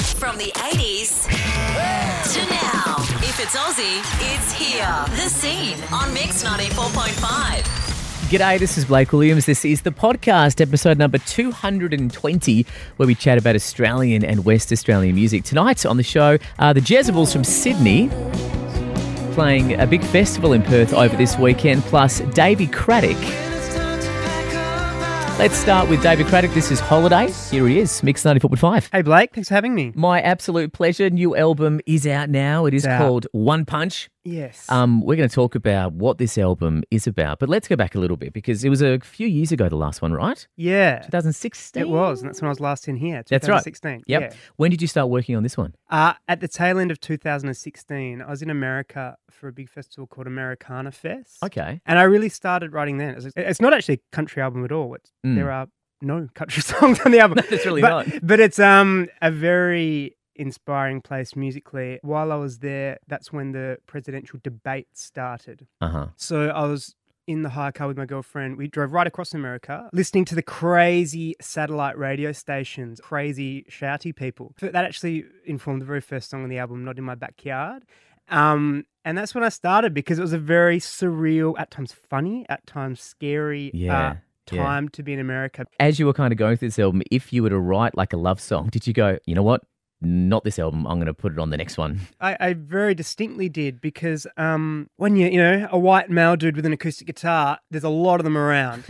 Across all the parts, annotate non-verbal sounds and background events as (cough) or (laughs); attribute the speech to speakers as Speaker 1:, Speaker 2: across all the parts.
Speaker 1: From the 80s to now. If it's Aussie, it's here. The scene on Mix 94.5.
Speaker 2: G'day, this is Blake Williams. This is the podcast, episode number 220, where we chat about Australian and West Australian music. Tonight on the show are the Jezebels from Sydney playing a big festival in Perth over this weekend, plus Davy Craddock. Let's start with Davy Craddock. This is Holiday. Here he is, Mix 94.5.
Speaker 3: Hey Blake, thanks for having me.
Speaker 2: My absolute pleasure. New album is out now. It is
Speaker 3: out.
Speaker 2: called One Punch.
Speaker 3: Yes.
Speaker 2: Um, we're going to talk about what this album is about, but let's go back a little bit because it was a few years ago, the last one, right?
Speaker 3: yeah.
Speaker 2: 2016.
Speaker 3: It was, and that's when I was last in here.
Speaker 2: That's right.
Speaker 3: 2016.
Speaker 2: Yep.
Speaker 3: Yeah.
Speaker 2: When did you start working on this one?
Speaker 3: Uh, at the tail end of 2016, I was in America for a big festival called Americana Fest.
Speaker 2: Okay. (laughs)
Speaker 3: And I really started writing then. It's, it's not actually a country album at all. It's,
Speaker 2: Mm.
Speaker 3: There are no country (laughs) songs on the album.
Speaker 2: It's really
Speaker 3: but,
Speaker 2: not.
Speaker 3: But it's um a very inspiring place musically. While I was there, that's when the presidential debate started.
Speaker 2: Uh huh.
Speaker 3: So I was in the hire car with my girlfriend. We drove right across America, listening to the crazy satellite radio stations, crazy shouty people. That actually informed the very first song on the album, "Not in My Backyard." Um, and that's when I started because it was a very surreal, at times funny, at times scary
Speaker 2: Yeah,
Speaker 3: uh,
Speaker 2: yeah.
Speaker 3: time to be in America.
Speaker 2: As you were kind of going through this album, if you were to write like a love song, did you go, you know what? Not this album. I'm going to put it on the next one. (laughs)
Speaker 3: I, I very distinctly did because um, when you you know a white male dude with an acoustic guitar, there's a lot of
Speaker 2: (laughs)
Speaker 3: them around.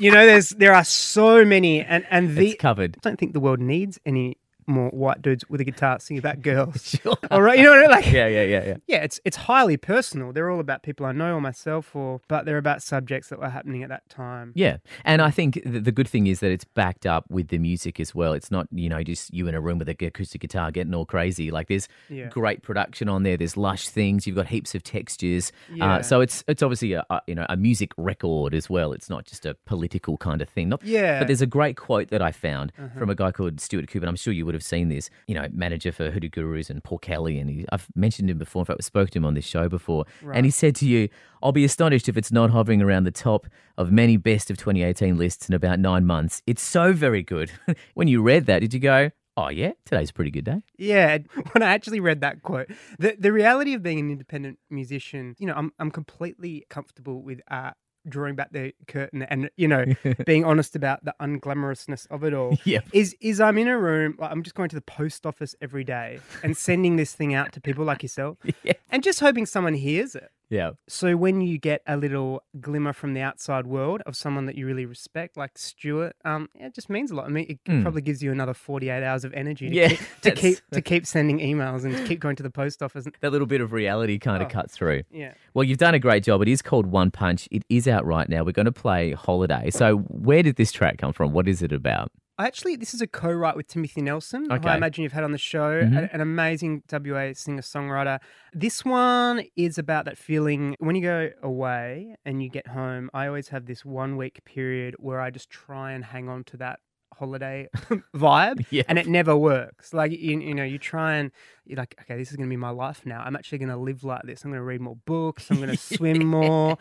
Speaker 3: you know, there's there are so many, and and the
Speaker 2: it's covered. (laughs)
Speaker 3: I don't think the world needs any more white dudes with a guitar singing
Speaker 2: (laughs)
Speaker 3: about girls.
Speaker 2: Sure.
Speaker 3: all right, you know what I mean? Like, yeah.
Speaker 2: yeah, yeah, yeah, yeah.
Speaker 3: it's it's highly personal. They're all about people I know or myself, or but they're about subjects that were happening at that time.
Speaker 2: Yeah. And I think th- the good thing is that it's backed up with the music as well. It's not, you know, just you in a room with a g- acoustic guitar getting all crazy. Like there's
Speaker 3: Yeah.
Speaker 2: great production on there. There's lush things. You've got heaps of textures.
Speaker 3: Yeah.
Speaker 2: Uh, so it's it's obviously a, a you know a music record as well. It's not just a political kind of thing. Not,
Speaker 3: Yeah. Uh-huh.
Speaker 2: But there's a great quote that I found from a guy called Stuart Cooper. and I'm sure you would have seen this. You know, manager for Hoodoo Gurus and Paul Kelly. And he, I've mentioned him before. In fact, we spoke to him on this show before. And he said to you, "I'll be astonished if it's not hovering around the top of many best of 2018 lists in about nine months. It's so very good." (laughs) when you read that, did you go? Oh yeah, today's a pretty good day.
Speaker 3: Yeah, (laughs) when I actually read that quote, the the reality of being an independent musician, you know, I'm I'm completely comfortable with uh drawing back the curtain and you
Speaker 2: (laughs)
Speaker 3: know being honest about the unglamorousness of it all.
Speaker 2: Yep.
Speaker 3: Is is I'm in a room, like I'm just going to the post office every day and sending this thing out to people like yourself,
Speaker 2: (laughs) Yeah.
Speaker 3: and just hoping someone hears it.
Speaker 2: Yeah.
Speaker 3: So when you get a little glimmer from the outside world of someone that you really respect, like Stuart, um, it just means a lot. I mean, it
Speaker 2: Mm.
Speaker 3: probably gives you another forty-eight hours of energy to,
Speaker 2: Yeah,
Speaker 3: keep, to
Speaker 2: (laughs) that's-
Speaker 3: keep to keep sending emails and to keep going to the post office. And,
Speaker 2: That little bit of reality kind of
Speaker 3: Oh.
Speaker 2: cut through.
Speaker 3: yeah,
Speaker 2: Well, you've done a great job. It is called One Punch. It is out right now. We're going to play Holiday. So, where did this track come from? What is it about?
Speaker 3: I actually this is a co-write with Timothy Nelson, who
Speaker 2: Okay.
Speaker 3: I imagine you've had on the show,
Speaker 2: Mhm.
Speaker 3: an, an amazing WA singer-songwriter. This one is about that feeling when you go away and you get home. I always have this one-week period where I just try and hang on to that holiday vibe.
Speaker 2: (laughs) Yeah.
Speaker 3: and it never works. Like you, you know, you try and you're like, okay, this is going to be my life now. I'm actually going to live like this. I'm going to read more books. I'm going
Speaker 2: (laughs)
Speaker 3: to swim more,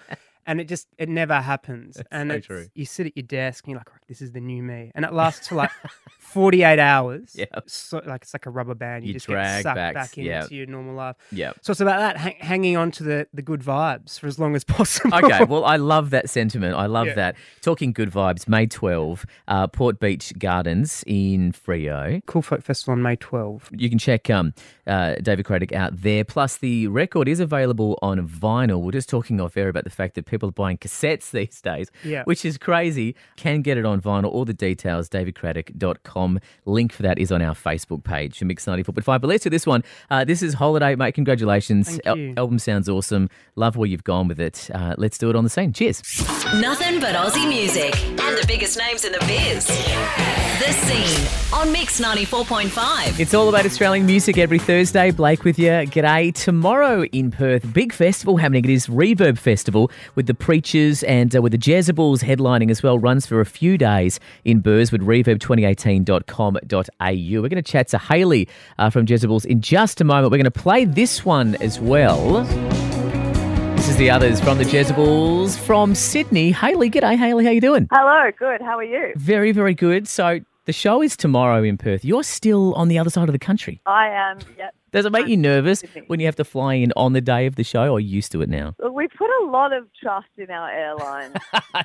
Speaker 3: and it just it never happens.
Speaker 2: That's
Speaker 3: and
Speaker 2: so
Speaker 3: it's-
Speaker 2: true.
Speaker 3: you sit at your desk and you're like, right, this is the new me, and it lasts for like 48 hours.
Speaker 2: (laughs) Yeah.
Speaker 3: so like it's like a rubber band. You,
Speaker 2: You
Speaker 3: just
Speaker 2: drag
Speaker 3: get sucked
Speaker 2: back,
Speaker 3: back,
Speaker 2: yeah.
Speaker 3: into your normal life.
Speaker 2: Yeah.
Speaker 3: So it's about that hang- hanging on to the the good vibes for as long as (laughs) possible.
Speaker 2: Okay, well, I love that sentiment. I love
Speaker 3: Yeah.
Speaker 2: that. Talking good vibes, May 12, uh, Port Beach Gardens in Frio.
Speaker 3: Cool Folk Festival on May 12.
Speaker 2: You can check um, uh, David Craddock out there. Plus, the record is available on vinyl. We're just talking off air about the fact that people are buying cassettes (laughs) these days,
Speaker 3: Yeah.
Speaker 2: which is crazy. Can get it on vinyl. All the details, davidcraddock.com. Link for that is on our Facebook page for Mix 94.5. But let's do this one. Uh, this is Holiday, mate. Congratulations.
Speaker 3: Thank
Speaker 2: Al-
Speaker 3: you.
Speaker 2: album sounds awesome. Love where you've gone with it. Uh, let's do it on the scene. Cheers.
Speaker 1: Nothing but Aussie music and the biggest names in the biz. The scene on Mix 94.5.
Speaker 2: It's all about Australian music every Thursday. Blake with you. G'day. Tomorrow in Perth, big festival happening. It is Reverb Festival with the Preachers and uh, with the Jezebels headlining as well. Runs for a few days in Burswood, reverb2018.com.au. We're going to chat to Haley uh, from Jezebels in just a moment. We're going to play this one as well. This is the others from the
Speaker 4: Uh,
Speaker 2: Jezebels from Sydney. Haley, g'day. Haley, how you doing?
Speaker 4: Hello, good. How are you?
Speaker 2: Very, very good. So The show is tomorrow in Perth. You're still on the other side of the country.
Speaker 4: I am. Yep.
Speaker 2: Does it make you nervous when you have to fly in on the day of the show or are you used to it now?
Speaker 4: Look, We put a lot of trust in
Speaker 2: (laughs)
Speaker 4: our airline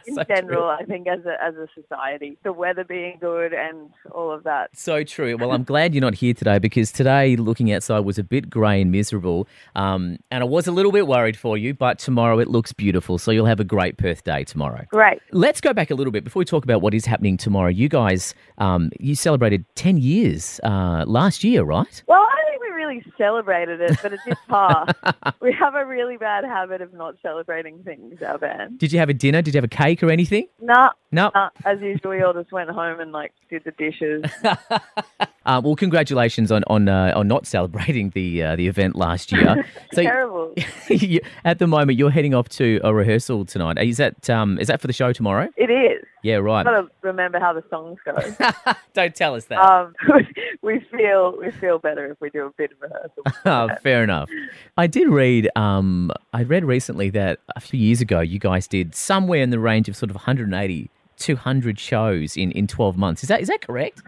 Speaker 4: in
Speaker 2: So true.
Speaker 4: general. I think as a as a society, the weather being good and all of that.
Speaker 2: So true. Well, (laughs) I'm glad you're not here today because today looking outside was a bit grey and miserable. Um, and I was a little bit worried for you, but tomorrow it looks beautiful. So you'll have a great Perth day tomorrow.
Speaker 4: Great.
Speaker 2: Let's go back a little bit before we talk about what is happening tomorrow. You guys, um, you celebrated 10 years uh, last year, right?
Speaker 4: Well, I don't think we really celebrated it, but it did
Speaker 2: (laughs)
Speaker 4: pass. we have a really bad habit of not celebrating things. Our band.
Speaker 2: Did you have a dinner? Did you have a cake or anything?
Speaker 4: Nah.
Speaker 2: No.
Speaker 4: Nah. As usual, we all just went home and like did the dishes.
Speaker 2: Uh, well, congratulations on on uh, on not celebrating the uh, the event last year. (laughs) so (laughs)
Speaker 4: Terrible.
Speaker 2: you, at the moment, you're heading off to a rehearsal tonight. Is that um, is that for the show tomorrow?
Speaker 4: It is.
Speaker 2: Yeah, right.
Speaker 4: I've got to remember how the songs go.
Speaker 2: (laughs) Don't tell us that.
Speaker 4: Um, (laughs) we feel we feel better if we do a bit of rehearsal.
Speaker 2: (laughs) Oh, fair enough. I did read. Um, I read recently that a few years ago, you guys did somewhere in the range of sort of 180, 200 shows in, in 12 months. Is that is that correct?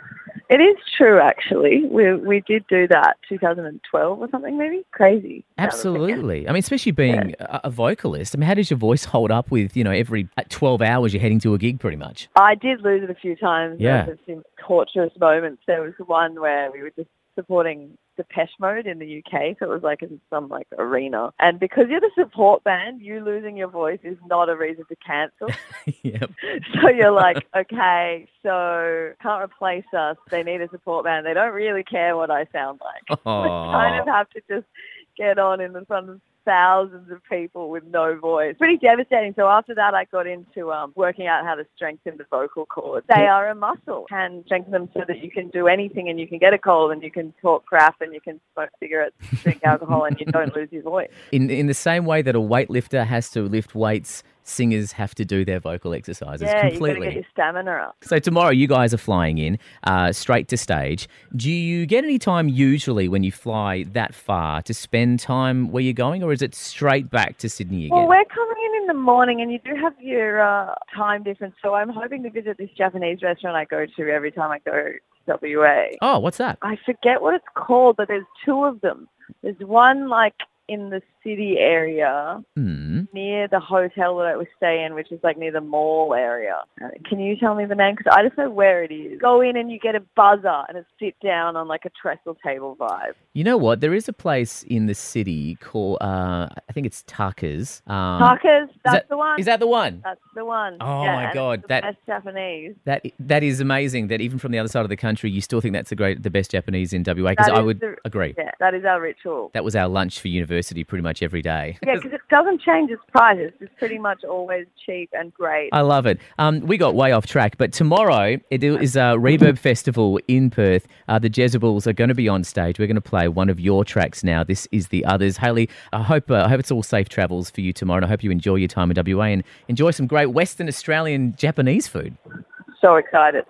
Speaker 4: It is true, actually. We we did do that 2012 or something, maybe. Crazy. Now that I'm thinking.
Speaker 2: Absolutely. I mean, especially being a, a vocalist. I mean, how does your voice hold up with you know every at 12 hours you're heading to a gig, pretty much? (laughs)
Speaker 4: I did lose it a few times.
Speaker 2: Yeah.
Speaker 4: There was some torturous moments. There was one where we were just supporting Depeche Mode in the UK, so it was like in some like arena. And because you're the support band, you losing your voice is not a reason to cancel.
Speaker 2: (laughs) yep.
Speaker 4: so you're like, okay, so can't replace us. They need a support band. They don't really care what I sound like. I kind of
Speaker 2: Aw.
Speaker 4: have to just get on in the front of thousands of people with no voice. Pretty devastating. So after that, I got into um, working out how to strengthen the vocal cords. They are a muscle. Can strengthen them so that you can do anything and you can get a cold and you can talk crap and you can smoke cigarettes,
Speaker 2: (laughs)
Speaker 4: drink alcohol, and you don't lose your voice.
Speaker 2: In in the same way that a weightlifter has to lift weights, singers have to do their vocal exercises
Speaker 4: yeah, you've got to
Speaker 2: completely.
Speaker 4: get your stamina up.
Speaker 2: So tomorrow you guys are flying in uh, straight to stage. Do you get any time usually when you fly that far to spend time where you're going, or is it straight back to Sydney again?
Speaker 4: Well, we're coming in in the morning, and you do have your uh, time difference. So I'm hoping to visit this Japanese restaurant I go to every time I go to WA.
Speaker 2: oh, what's that?
Speaker 4: I forget what it's called, but there's two of them. There's one like in the city area
Speaker 2: Hmm.
Speaker 4: near the hotel that I was staying, which is like near the mall area. Uh, Can you tell me the name? Because I just know where it is. Go in and you get a buzzer and a sit down on like a trestle table vibe.
Speaker 2: You know what? There is a place in the city called uh, I think it's Tuckers. Um,
Speaker 4: Tuckers, that's
Speaker 2: that-
Speaker 4: the one.
Speaker 2: Is that the one?
Speaker 4: that's the one.
Speaker 2: Oh,
Speaker 4: Yeah,
Speaker 2: my
Speaker 4: and it's
Speaker 2: God,
Speaker 4: the
Speaker 2: that-
Speaker 4: best Japanese.
Speaker 2: That that is amazing. That even from the other side of the country, you still think that's the great, the best Japanese in WA. Because
Speaker 4: That
Speaker 2: I
Speaker 4: is
Speaker 2: would
Speaker 4: the-
Speaker 2: agree.
Speaker 4: Yeah, that is our ritual.
Speaker 2: That was our lunch for university pretty much every day.
Speaker 4: Yeah, because it doesn't change its prices. It's pretty much always cheap and great.
Speaker 2: I love it. Um, we got way off track, but tomorrow it is a Reverb Festival in Perth. Uh, the Jezebels are going to be on stage. We're going to play one of your tracks now. This is the others. Haley, I hope uh, I hope it's all safe travels for you tomorrow, and I hope you enjoy your time in WA and enjoy some great Western Australian Japanese food. (laughs)
Speaker 4: So excited.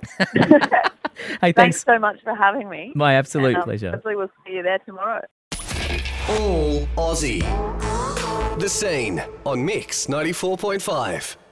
Speaker 2: Hey,
Speaker 4: Thanks
Speaker 2: thanks.
Speaker 4: so much for having me.
Speaker 2: My absolute
Speaker 4: Um,
Speaker 2: pleasure.
Speaker 4: Hopefully, we'll see you there tomorrow.
Speaker 5: All Aussie. The scene on Mix 94.5.